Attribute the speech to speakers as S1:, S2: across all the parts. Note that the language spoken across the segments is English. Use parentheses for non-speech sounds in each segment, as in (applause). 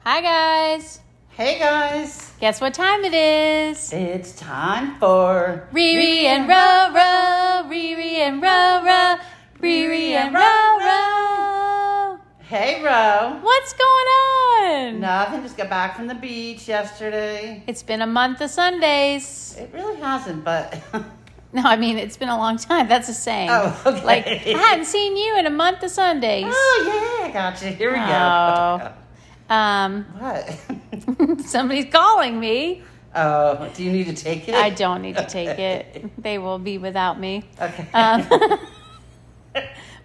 S1: Hi, guys.
S2: Hey guys,
S1: Guess what time it is?
S2: it's time for
S1: Riri and Ro Ro. Riri and Ro Ro. Riri and Ro Ro.
S2: Hey Ro.
S1: What's going on?
S2: Nothing, just got back from the beach yesterday.
S1: It's been a month of Sundays.
S2: It really hasn't, but (laughs)
S1: No, I mean, it's been a long time. That's a saying.
S2: Oh, okay.
S1: Like, I hadn't seen you in a month of (gasps) Sundays.
S2: oh yeah, I got you. Here we
S1: Oh.
S2: go.
S1: Um, (laughs)
S2: What? (laughs)
S1: somebody's calling (laughs) me.
S2: oh, do you need to take it?
S1: I don't need to take it. They will be without me.
S2: Okay.
S1: Um, (laughs)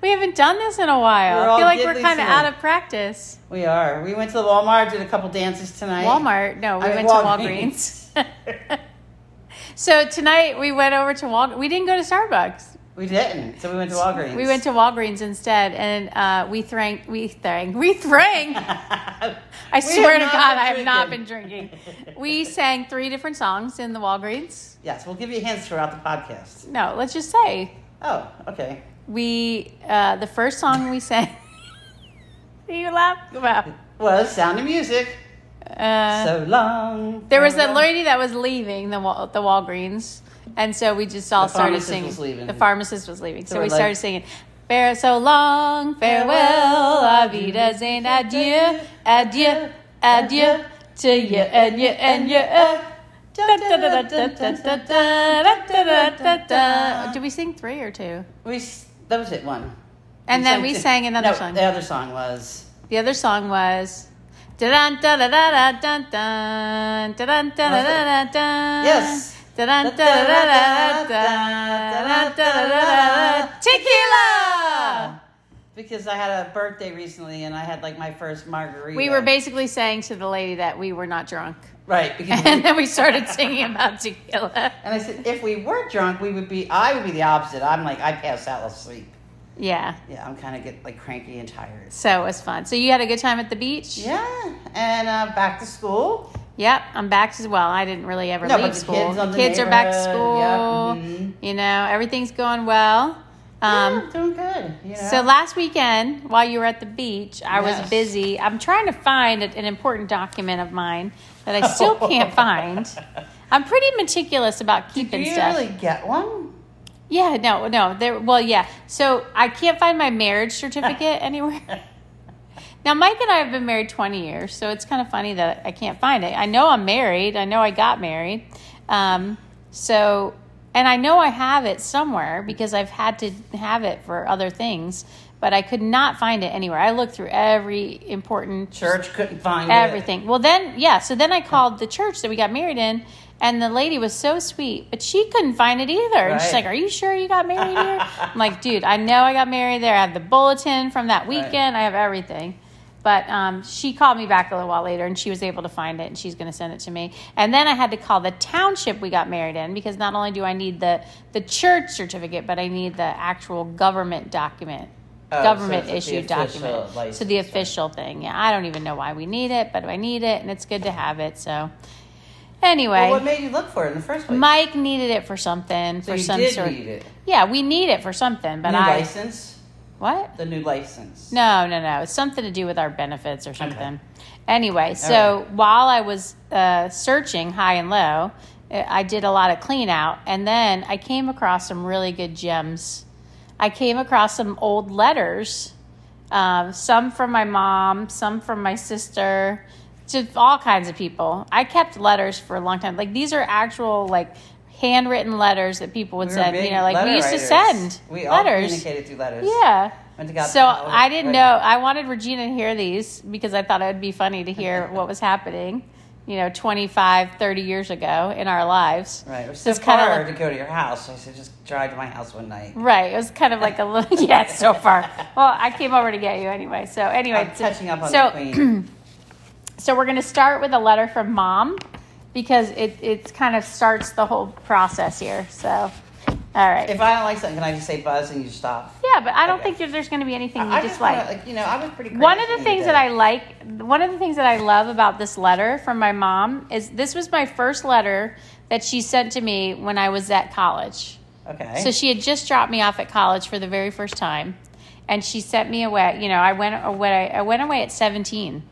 S1: we haven't done this in a while.
S2: We're
S1: I
S2: all
S1: feel like we're
S2: giggly
S1: kind of
S2: tonight.
S1: out of practice.
S2: (laughs) we are. We went to the Walmart, did a couple dances tonight.
S1: Walmart. No, we
S2: I mean,
S1: went
S2: Walgreens.
S1: to Walgreens. (laughs) so tonight we went over to Walgreens. We didn't go to Starbucks.
S2: (laughs) We didn't, so we went to Walgreens.
S1: We
S2: (laughs)
S1: went to Walgreens instead, and uh, we thrang, we thrang, we
S2: (laughs)
S1: thrang. I
S2: I
S1: swear to God, I have not been drinking. We sang three different songs in the Walgreens.
S2: (laughs) Yes, we'll give you hints throughout the podcast.
S1: No, let's just say
S2: Oh, okay.
S1: we. Uh, the first song we sang. (laughs) What are you laughing about?
S2: Was Sound of Music.
S1: Uh,
S2: so long.
S1: There was a
S2: Remember?
S1: lady that was leaving the Wal- the Walgreens, and so we just all started
S2: The pharmacist
S1: singing.
S2: was leaving.
S1: The pharmacist was leaving, so,
S2: So
S1: we
S2: we're like-
S1: started singing. Fare so long, farewell, avidas and adieu, adieu, adieu to you and you and you.
S2: uh,
S1: Did we sing three or two?
S2: We s- that was it one.
S1: And then we
S2: two.
S1: sang another
S2: No,
S1: song.
S2: The other song was
S1: The other song was. Dun dun dun dun dun dun dun dun dun dun.
S2: Yes.
S1: Tequila.
S2: uh, because I had a birthday recently and I had like my first margarita.
S1: We were basically saying to the lady that we were not drunk,
S2: right because
S1: (laughs)
S2: we-
S1: and then we started singing about tequila.
S2: and I said if we were drunk we would be I would be the opposite. I'm like I pass out asleep.
S1: Yeah,
S2: Yeah, I'm kind of get like cranky and tired.
S1: so it was fun. So you had a good time at the beach.
S2: Yeah, and uh, back to school.
S1: Yep, I'm back as well. I didn't really ever
S2: No, but
S1: leave
S2: the
S1: school.
S2: kids on the
S1: are back to school.
S2: neighborhood, yeah, mhm.
S1: You know, everything's going well. Um,
S2: yeah, doing good. You know?
S1: So last weekend, while you were at the beach, I was
S2: Yes.
S1: busy. I'm trying to find an an important document of mine that I
S2: (laughs)
S1: still can't find. I'm pretty meticulous about
S2: do
S1: keeping
S2: you
S1: stuff.
S2: really get one?
S1: Yeah, no, no. There, well, yeah. So I can't find my marriage certificate anywhere. Now, Mike and I have been married 20 years, so it's kind of funny that I can't find it. I know I'm married. I know I got married. Um, so, and I know I have it somewhere because I've had to have it for other things, but I could not find it anywhere. I looked through every important
S2: Church couldn't find it.
S1: everything. Well, then, yeah. So then I called the church that we got married in, and the lady was so sweet, but she couldn't find it either. And she's
S2: Right.
S1: like, "Are you sure you got married
S2: (laughs)
S1: here?" I'm like, "Dude, I know I got married there. I have the bulletin from that weekend. I have everything." But um, she called me back a little while later, and she was able to find it, and she's going to send it to me. And then I had to call the township we got married in because not only do I need the the church certificate, but I need the actual government document,
S2: Oh, so
S1: government
S2: it's the
S1: issued
S2: official
S1: document. So
S2: license,
S1: the
S2: right.
S1: official thing. Yeah, I don't even know why we need it, but I need it, and it's good to have it. So, anyway,
S2: Well, what made you look for it in the first place?
S1: Mike needed it for something,
S2: so
S1: for
S2: you
S1: some
S2: did
S1: sort.
S2: need it.
S1: Yeah, we need it for something, but
S2: new
S1: I
S2: license.
S1: what?
S2: The new license.
S1: No, no, no. It's something to do with our benefits or something. Anyway, so while I was uh, searching high and low, uh, I did a lot of clean out, and then I came across some really good gems. I came across some old letters, um, some from my mom, some from my sister, to all kinds of people. I kept letters for a long time. Like these are actual like handwritten letters that people would
S2: We were
S1: send.
S2: big
S1: You know, like we
S2: letter
S1: used to
S2: writers.
S1: send
S2: We all
S1: letters.
S2: communicated through letters.
S1: Yeah.
S2: Went to got
S1: So
S2: the-
S1: I didn't
S2: right.
S1: know. I wanted Regina to hear these because I thought it would be funny to
S2: (laughs)
S1: hear what was happening, you know, 25, 30 years ago in our lives.
S2: Right. It was
S1: So
S2: so
S1: it's kinda
S2: far
S1: like-
S2: to go to your house. I said, just drive to my house one night.
S1: Right. It was kind of like a little, (laughs) yeah, so far. Well, I came over to get you anyway. So anyway.
S2: I'm
S1: so-
S2: catching up on
S1: so,
S2: the
S1: (clears throat)
S2: queen.
S1: So we're going to start with a letter from mom because it, it kind of starts the whole process here. So, all right.
S2: if I don't like something, can I just say buzz and you stop?
S1: yeah, but I don't
S2: Okay.
S1: think there- there's going to be anything you
S2: I just
S1: dislike.
S2: wanna, like you know, I was pretty.
S1: one of
S2: crazy
S1: the things that I like, one of the things that I love about this letter from my mom is this was my first letter that she sent to me when I was at college.
S2: Okay.
S1: So she had just dropped me off at college for the very first time, and she sent me away. You know, I went away. I went away at seventeen,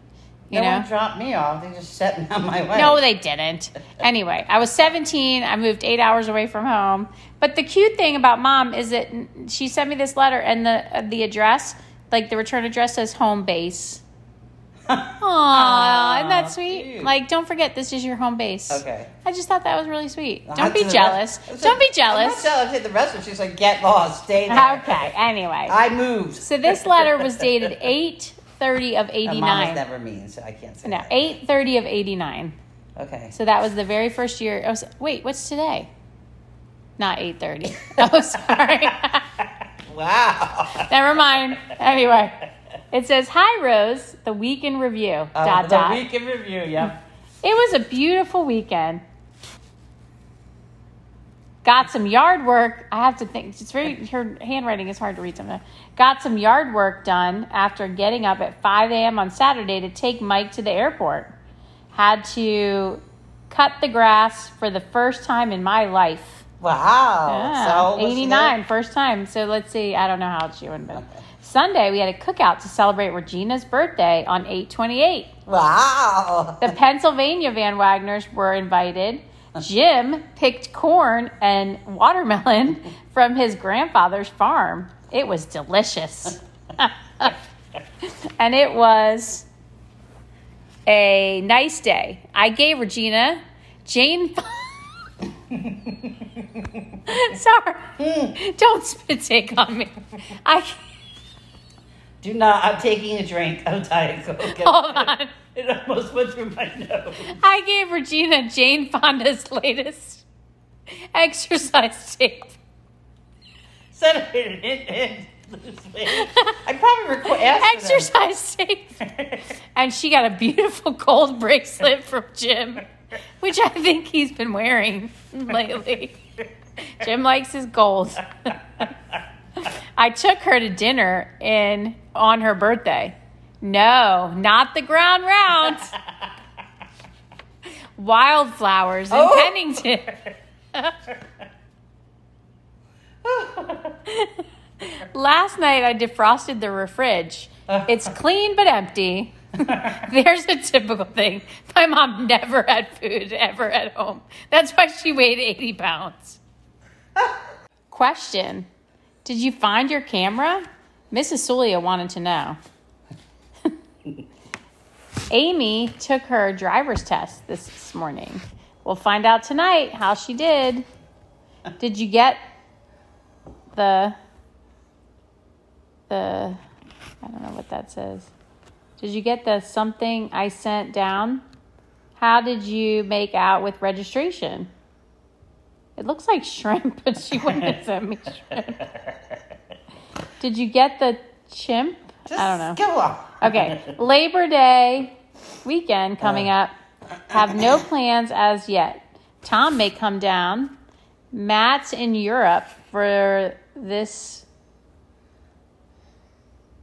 S1: You
S2: no
S1: know?
S2: one dropped me off. They just set me (laughs) on my way.
S1: No, they
S2: (laughs)
S1: didn't. Anyway, I was 17. I moved eight hours away from home. But the cute thing about mom is that she sent me this letter, and the uh, the address, like the return address, says home base. Aww, isn't that sweet?
S2: cute.
S1: Like, don't forget this is your home base.
S2: Okay.
S1: I just thought that was really sweet.
S2: Well,
S1: Don't
S2: to
S1: be
S2: the (laughs)
S1: jealous.
S2: rest- I was
S1: Don't be
S2: like,
S1: jealous.
S2: I'm not jealous. Hit the restaurant. She's like, get lost, stay there.
S1: Okay. Anyway,
S2: I moved.
S1: so this letter was dated eight thirty of
S2: And
S1: eighty
S2: mom was
S1: nine.
S2: never mean, so I can't say.
S1: No,
S2: that.
S1: eight thirty of eighty nine.
S2: Okay.
S1: So that was the very first year. Oh, s- wait, what's today? Not eight
S2: (laughs)
S1: thirty. Oh, sorry.
S2: (laughs)
S1: (laughs)
S2: Wow.
S1: Never mind. Anyway, it says, "Hi, Rose. The week in review.
S2: Uh,
S1: dot
S2: the
S1: dot.
S2: week in review. Yep.
S1: It was a beautiful weekend. Got some yard work. I have to think. It's very her handwriting is hard to read sometimes. Got some yard work done after getting up at 5 a.m. on Saturday to take Mike to the airport. Had to cut the grass for the first time in my life.
S2: Wow.
S1: Yeah,
S2: Oh, so
S1: 89, first time. So let's see. I don't know how old she would have been.
S2: Okay.
S1: Sunday, we had a cookout to celebrate Regina's birthday on 828.
S2: Wow.
S1: The Pennsylvania Van Wagners were invited. Jim picked corn and watermelon from his grandfather's farm. It was delicious. and it was a nice day. I gave Regina Jane. (laughs) Sorry. Don't spit take on me. I
S2: Do not. I'm taking a drink of Diet Coke.
S1: hold (laughs) on.
S2: It almost went through my nose.
S1: I gave Regina Jane Fonda's latest exercise tape.
S2: Said it in. (laughs) I probably requ- asked for them.
S1: exercise tape.
S2: (laughs)
S1: And she got a beautiful gold bracelet from Jim, which I think he's been wearing lately. Jim likes his gold. I took her to dinner in on her birthday. No, not the ground round. Wildflowers in
S2: Oh.
S1: Pennington. Last night I defrosted the refridge. It's clean but empty. (laughs) There's a typical thing. My mom never had food ever at home. That's why she weighed 80 pounds. (laughs) Question Did you find your camera? Mrs. Sulia wanted to know. (laughs) Amy took her driver's test this morning. We'll find out tonight how she did. Did you get the the I don't know what that says. Did you get the something I sent down? How did you make out with registration? It looks like shrimp, (laughs) but she wouldn't have sent me shrimp.
S2: (laughs)
S1: Did you get the chimp?
S2: Just
S1: I don't know.
S2: Go on.
S1: Okay, Labor Day weekend coming
S2: Uh.
S1: up. Have no plans as yet. Tom may come down. Matt's in Europe for this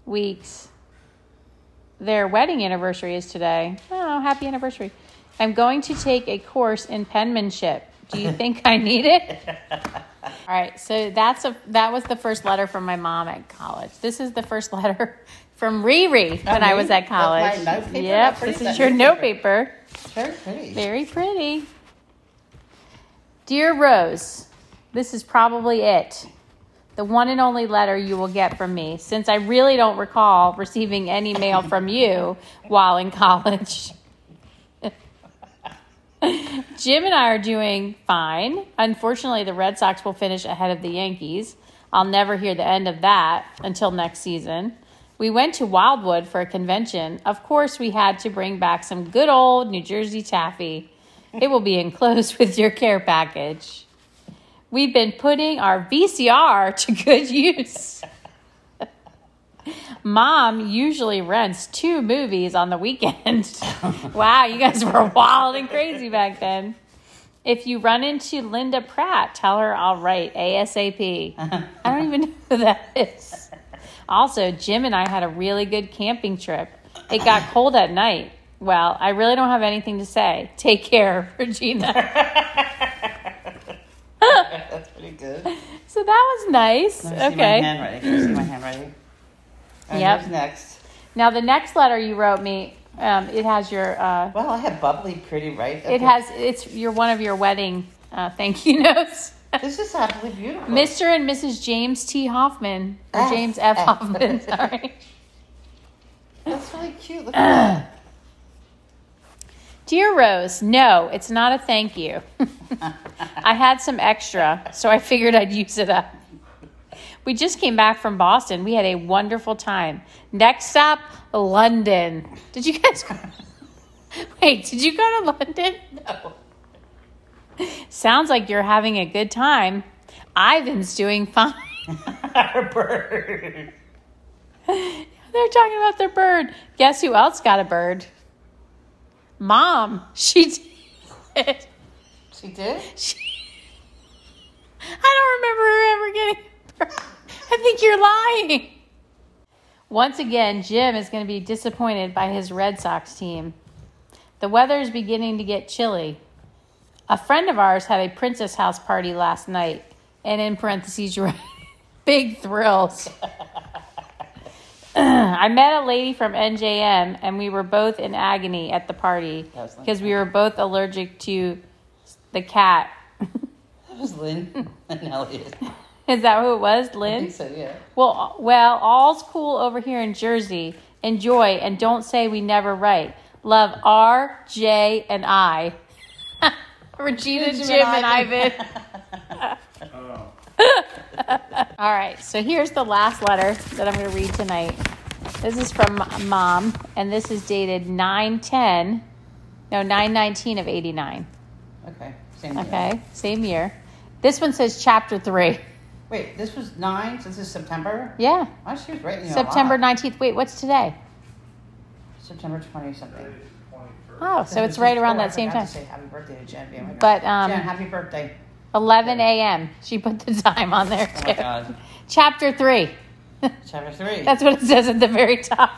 S1: week's. Their wedding anniversary is today. Oh, happy anniversary. I'm going to take a course in penmanship. Do you think I need it?
S2: (laughs)
S1: All right, so that's a that was the first letter from my mom at college. This is the first (laughs) letter from Riri when I
S2: me?
S1: was at
S2: Oh, That's
S1: college.
S2: my notepaper?
S1: Yep,
S2: How pretty
S1: this
S2: is
S1: is
S2: that
S1: your
S2: notepaper?
S1: notepaper.
S2: It's very pretty.
S1: Very pretty. Dear Rose, this is probably it. The one and only letter you will get from me, since I really don't recall receiving any mail from you while in college. Jim and I are doing fine. Unfortunately, the Red Sox will finish ahead of the Yankees. I'll never hear the end of that until next season. We went to Wildwood for a convention. Of course, we had to bring back some good old New Jersey taffy. It will be enclosed (laughs) with your care package. We've been putting our VCR to good use. Mom usually rents two movies on the weekend. (laughs) wow, you guys were wild and crazy back then. If you run into Linda Pratt, tell her I'll write ASAP. I don't even know who that is. Also, Jim and I had a really good camping trip. It got cold at night. Well, I really don't have anything to say. Take care, (laughs) Regina.
S2: That's pretty good.
S1: So that was nice.
S2: Let me see my
S1: okay.
S2: (laughs) handwriting. Can you see my handwriting? All right,
S1: Yep.
S2: who's next?
S1: Now, the next letter you wrote me, Um, it has your. Uh,
S2: Well, I have bubbly pretty, right?
S1: it has. It's your one of your wedding uh, thank you (laughs) notes.
S2: This is absolutely beautiful.
S1: Mr. and Mrs. James T. Hoffman or
S2: F.
S1: James F.
S2: F.
S1: Hoffman. (laughs) Sorry.
S2: That's really
S1: (clears throat)
S2: cute. Look at
S1: Dear Rose, no, it's not a thank you. (laughs) I had some extra, so I figured I'd use it up. We just came back from Boston. We had a wonderful time. Next stop, London. Did you guys go? (laughs) Wait, did you go to London?
S2: that. No. (laughs)
S1: Sounds like you're having a good time. Ivan's doing fine.
S2: Our bird.
S1: They're talking about their bird. Guess who else got a bird? Mom. (laughs) She did.
S2: She did?
S1: She, I don't remember her ever getting. I think you're lying. Once again, Jim is going to be disappointed by his Red Sox team. The weather is beginning to get chilly. A friend of ours had a princess house party last night, and in parentheses, you're right, (laughs) big thrills. (clears throat) I met a lady from NJM, and we were both in agony at the party
S2: That was nice.
S1: because we were both allergic to the cat.
S2: That was (laughs) Lynn and Elliot.
S1: Is that who it was,
S2: I
S1: Lynn?
S2: think so, yeah.
S1: Well, uh, well, all's cool over here in Jersey. Enjoy and don't say we never write. Love R, J, and I. (laughs) Regina, Jim, and Ivan.
S3: Oh.
S1: (laughs) All right, so here's the last letter that I'm going to read tonight. This is from mom, and this is dated 910, no, 919 of 89.
S2: (laughs) Okay. Same thing.
S1: Okay, same year. This one says chapter three.
S2: Wait, this was nine, so this is September?
S1: Yeah,
S2: Oh, she was right in
S1: September 19th. Wait, what's today?
S2: September 20 something.
S3: Today's twenty-first.
S1: Oh, so it's right around that same
S2: I forgot
S1: time.
S2: To say happy birthday to Jen. Bam right
S1: But,
S2: now.
S1: um,
S2: Jen, happy birthday.
S1: 11 a.m. She put the time on there
S2: Oh
S1: too.
S2: my God.
S1: Chapter three.
S2: Chapter three.
S1: That's what it says at the very top.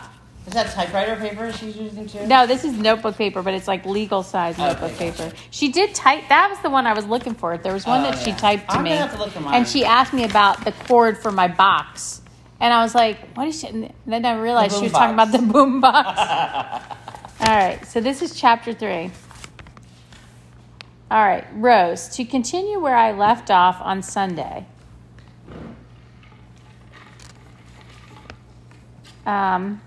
S2: is that typewriter paper she's using too?
S1: No, this is notebook paper, but it's like legal size
S2: Oh,
S1: notebook
S2: Okay,
S1: paper. She did type. That was the one I was looking for. There was one
S2: Oh,
S1: that she
S2: yeah.
S1: typed to
S2: I'm
S1: me,
S2: gonna have to look for mine.
S1: and she asked me about the cord for my box, and I was like, "What is she?" And then I realized she
S2: boom
S1: was talking about
S2: box.
S1: the boom box.
S2: (laughs)
S1: All right, so this is chapter three. All right, Rose, to continue where I left off on Sunday. Um,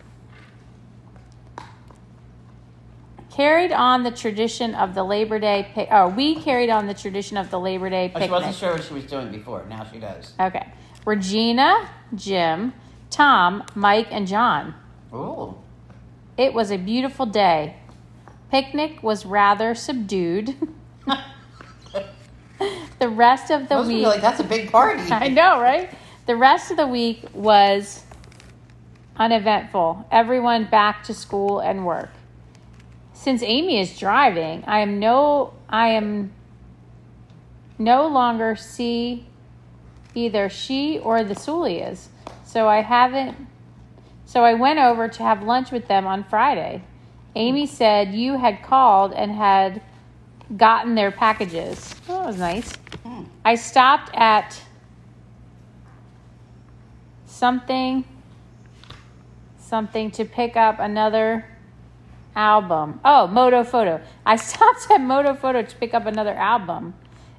S1: carried on the tradition of the Labor Day. Pi- oh, we carried on the tradition of the Labor Day
S2: Oh,
S1: picnic.
S2: she wasn't sure what she was doing before. Now she does.
S1: Okay, Regina, Jim, Tom, Mike, and John.
S2: Ooh.
S1: It was a beautiful day. Picnic was rather (laughs) subdued. the rest of the
S2: Most
S1: week,
S2: people are like, that's a big party.
S1: (laughs) I know, right? The rest of the week was uneventful. Everyone back to school and work. Since Amy is driving, I am no, I am no longer see either she or the Sulias. So I haven't. So I went over to have lunch with them on Friday. Amy said you had called and had gotten their packages. Oh, that was nice.
S2: Hmm.
S1: I stopped at something, something to pick up another album. Oh, Moto Photo. I (laughs) stopped at Moto Photo to pick up another album,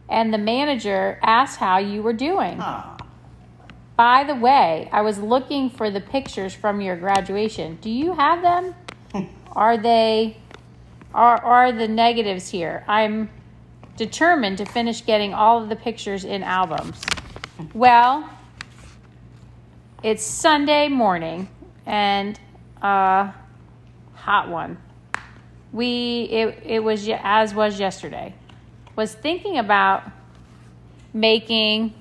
S1: and the manager asked how you were doing.
S2: Aw.
S1: By the way, I was looking for the pictures from your graduation. Do you have them? are they are are the negatives here? I'm determined to finish getting all of the pictures in albums. Well, it's Sunday morning and uh hot one. We it it was ye- as was yesterday. Was thinking about making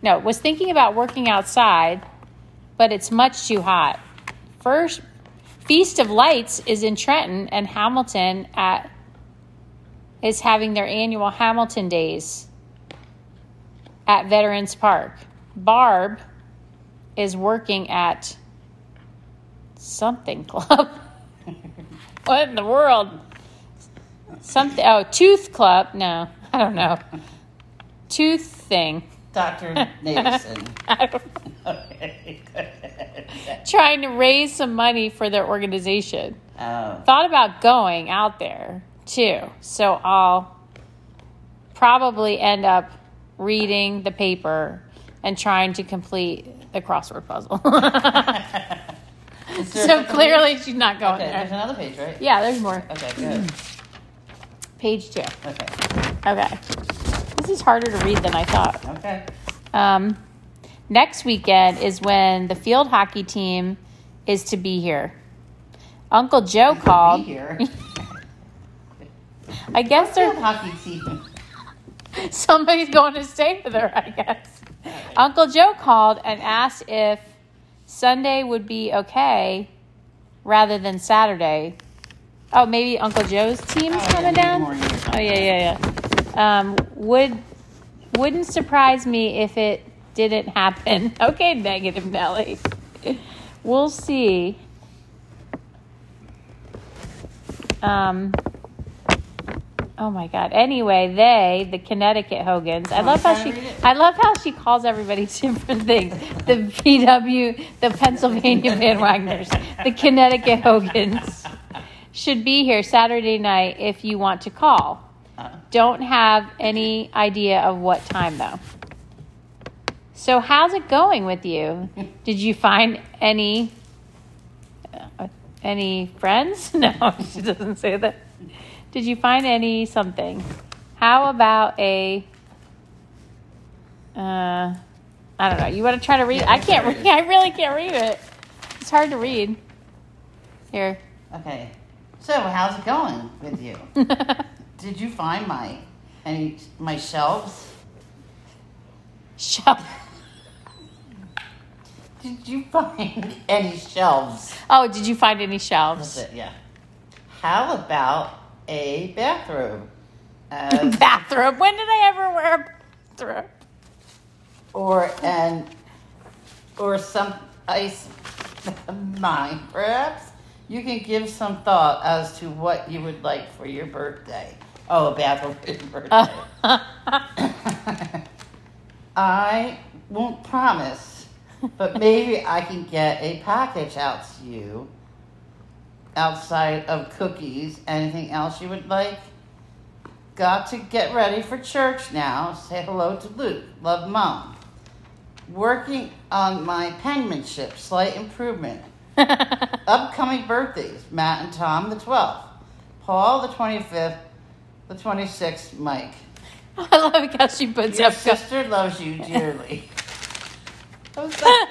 S1: no, was thinking about working outside, but it's much too hot. First Feast of Lights is in Trenton and Hamilton at is having their annual Hamilton Days at Veterans Park. Barb is working at something club. (laughs) what in the world? Something oh, tooth club. No, I don't know. Tooth thing. (laughs)
S2: Dr. Nathan.
S1: I don't
S2: Okay. (laughs)
S1: (laughs) trying to raise some money for their organization.
S2: (laughs) Oh.
S1: thought about going out there too. So I'll probably end up reading the paper and trying to complete the crossword puzzle. (laughs)
S2: Is there
S1: so
S2: another
S1: clearly she's not
S2: page?
S1: going
S2: Okay, there's
S1: there.
S2: another page, right?
S1: Yeah, there's more.
S2: Okay, good.
S1: Page two.
S2: Okay,
S1: Okay. This is harder to read than I thought.
S2: okay.
S1: Um, next weekend is when the field hockey team is to be here. Uncle Joe
S2: Be
S1: called.
S2: (laughs) Here.
S1: I guess
S2: Field
S1: they're,
S2: hockey team.
S1: (laughs) somebody's going to stay with her, I guess. Uncle Joe called and asked if Sunday would be okay rather than Saturday. Oh, maybe Uncle Joe's team's
S2: Oh,
S1: coming
S2: yeah,
S1: down?
S2: more years.
S1: Oh yeah, yeah, yeah. Um, would wouldn't surprise me if it didn't happen. (laughs) Okay, negative Nelly. We'll see. Um. Oh my God. Anyway, they, the Connecticut Hogans. I
S2: I'm
S1: love how
S2: trying
S1: she.
S2: to read it.
S1: I love how she calls everybody (laughs) different things. The PW, the Pennsylvania Van Wagners, the Connecticut Hogans should be here Saturday night if you want to call.
S2: Uh,
S1: Don't have any idea of what time though. So how's it going with
S2: (laughs)
S1: you? Did you find any uh, any friends? (laughs) No, she doesn't say that. Did you find any something? How about a uh I don't know. You want to try to read?
S2: Yeah,
S1: I can't
S2: try it.
S1: read. I really can't read it. It's hard to read. Here. (laughs)
S2: okay. So, how's it going with you? Did you find my any my shelves?
S1: Shelf.
S2: Did you find (laughs) any shelves?
S1: Oh, did you find any
S2: That's
S1: shelves?
S2: it. Yeah. How about a
S1: (laughs)
S2: bathroom? Uh,
S1: bathrobe. When did I ever wear a bathrobe? (laughs)
S2: or an or some ice mine perhaps you can give some thought as to what you would like for your birthday oh a bathroom for your birthday
S1: (laughs)
S2: i won't promise but maybe i can get a package out to you outside of cookies anything else you would like got to get ready for church now say hello to luke love mom working on my penmanship, slight improvement. Upcoming birthdays, Matt and Tom the 12th, Paul the 25th, the 26th, Mike.
S1: I love how she puts
S2: Your
S1: up.
S2: sister loves you
S1: (laughs)
S2: dearly. How's that?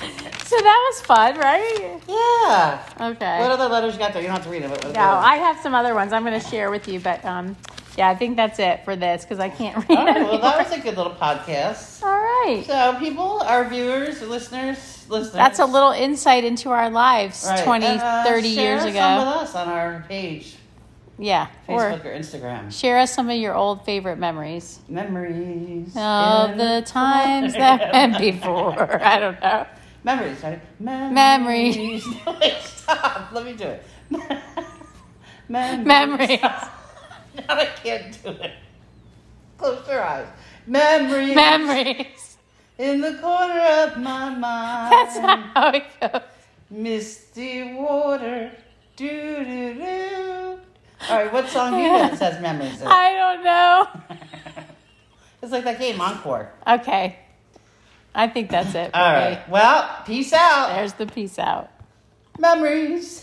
S1: So that was fun, right?
S2: yeah.
S1: Okay.
S2: What other letters you got there? You don't have to read them. but what
S1: no,
S2: other-
S1: I have some other ones I'm going to share with you, but um, yeah, I think that's it for this because I can't read.
S2: All right, Oh, well,
S1: anymore.
S2: that was a good little podcast.
S1: All right.
S2: So, people, our viewers, listeners, listeners.
S1: That's a little insight into our lives
S2: Right,
S1: 20,
S2: and, uh,
S1: 30
S2: share
S1: years
S2: some
S1: ago.
S2: with us on our page,
S1: Yeah.
S2: Facebook
S1: Or
S2: or Instagram.
S1: share us some of your old favorite memories
S2: Memories.
S1: of
S2: in-
S1: the
S2: (laughs)
S1: times that went before. I don't know.
S2: Memories, sorry.
S1: Memories.
S2: No, wait, (laughs) stop. Let me do it. (laughs) Memories. (laughs)
S1: Memories.
S2: No, I can't do it. Close your eyes. Memories.
S1: Memories.
S2: In the corner of my mind.
S1: That's not how it goes.
S2: Misty water. Do, do, do. All right, what song do you know that says memories? in
S1: (laughs)
S2: it?
S1: I don't know.
S2: It's like that game, Encore.
S1: Okay. I think that's it. for
S2: All
S1: me.
S2: right. Well, peace out.
S1: There's the peace out.
S2: Memories.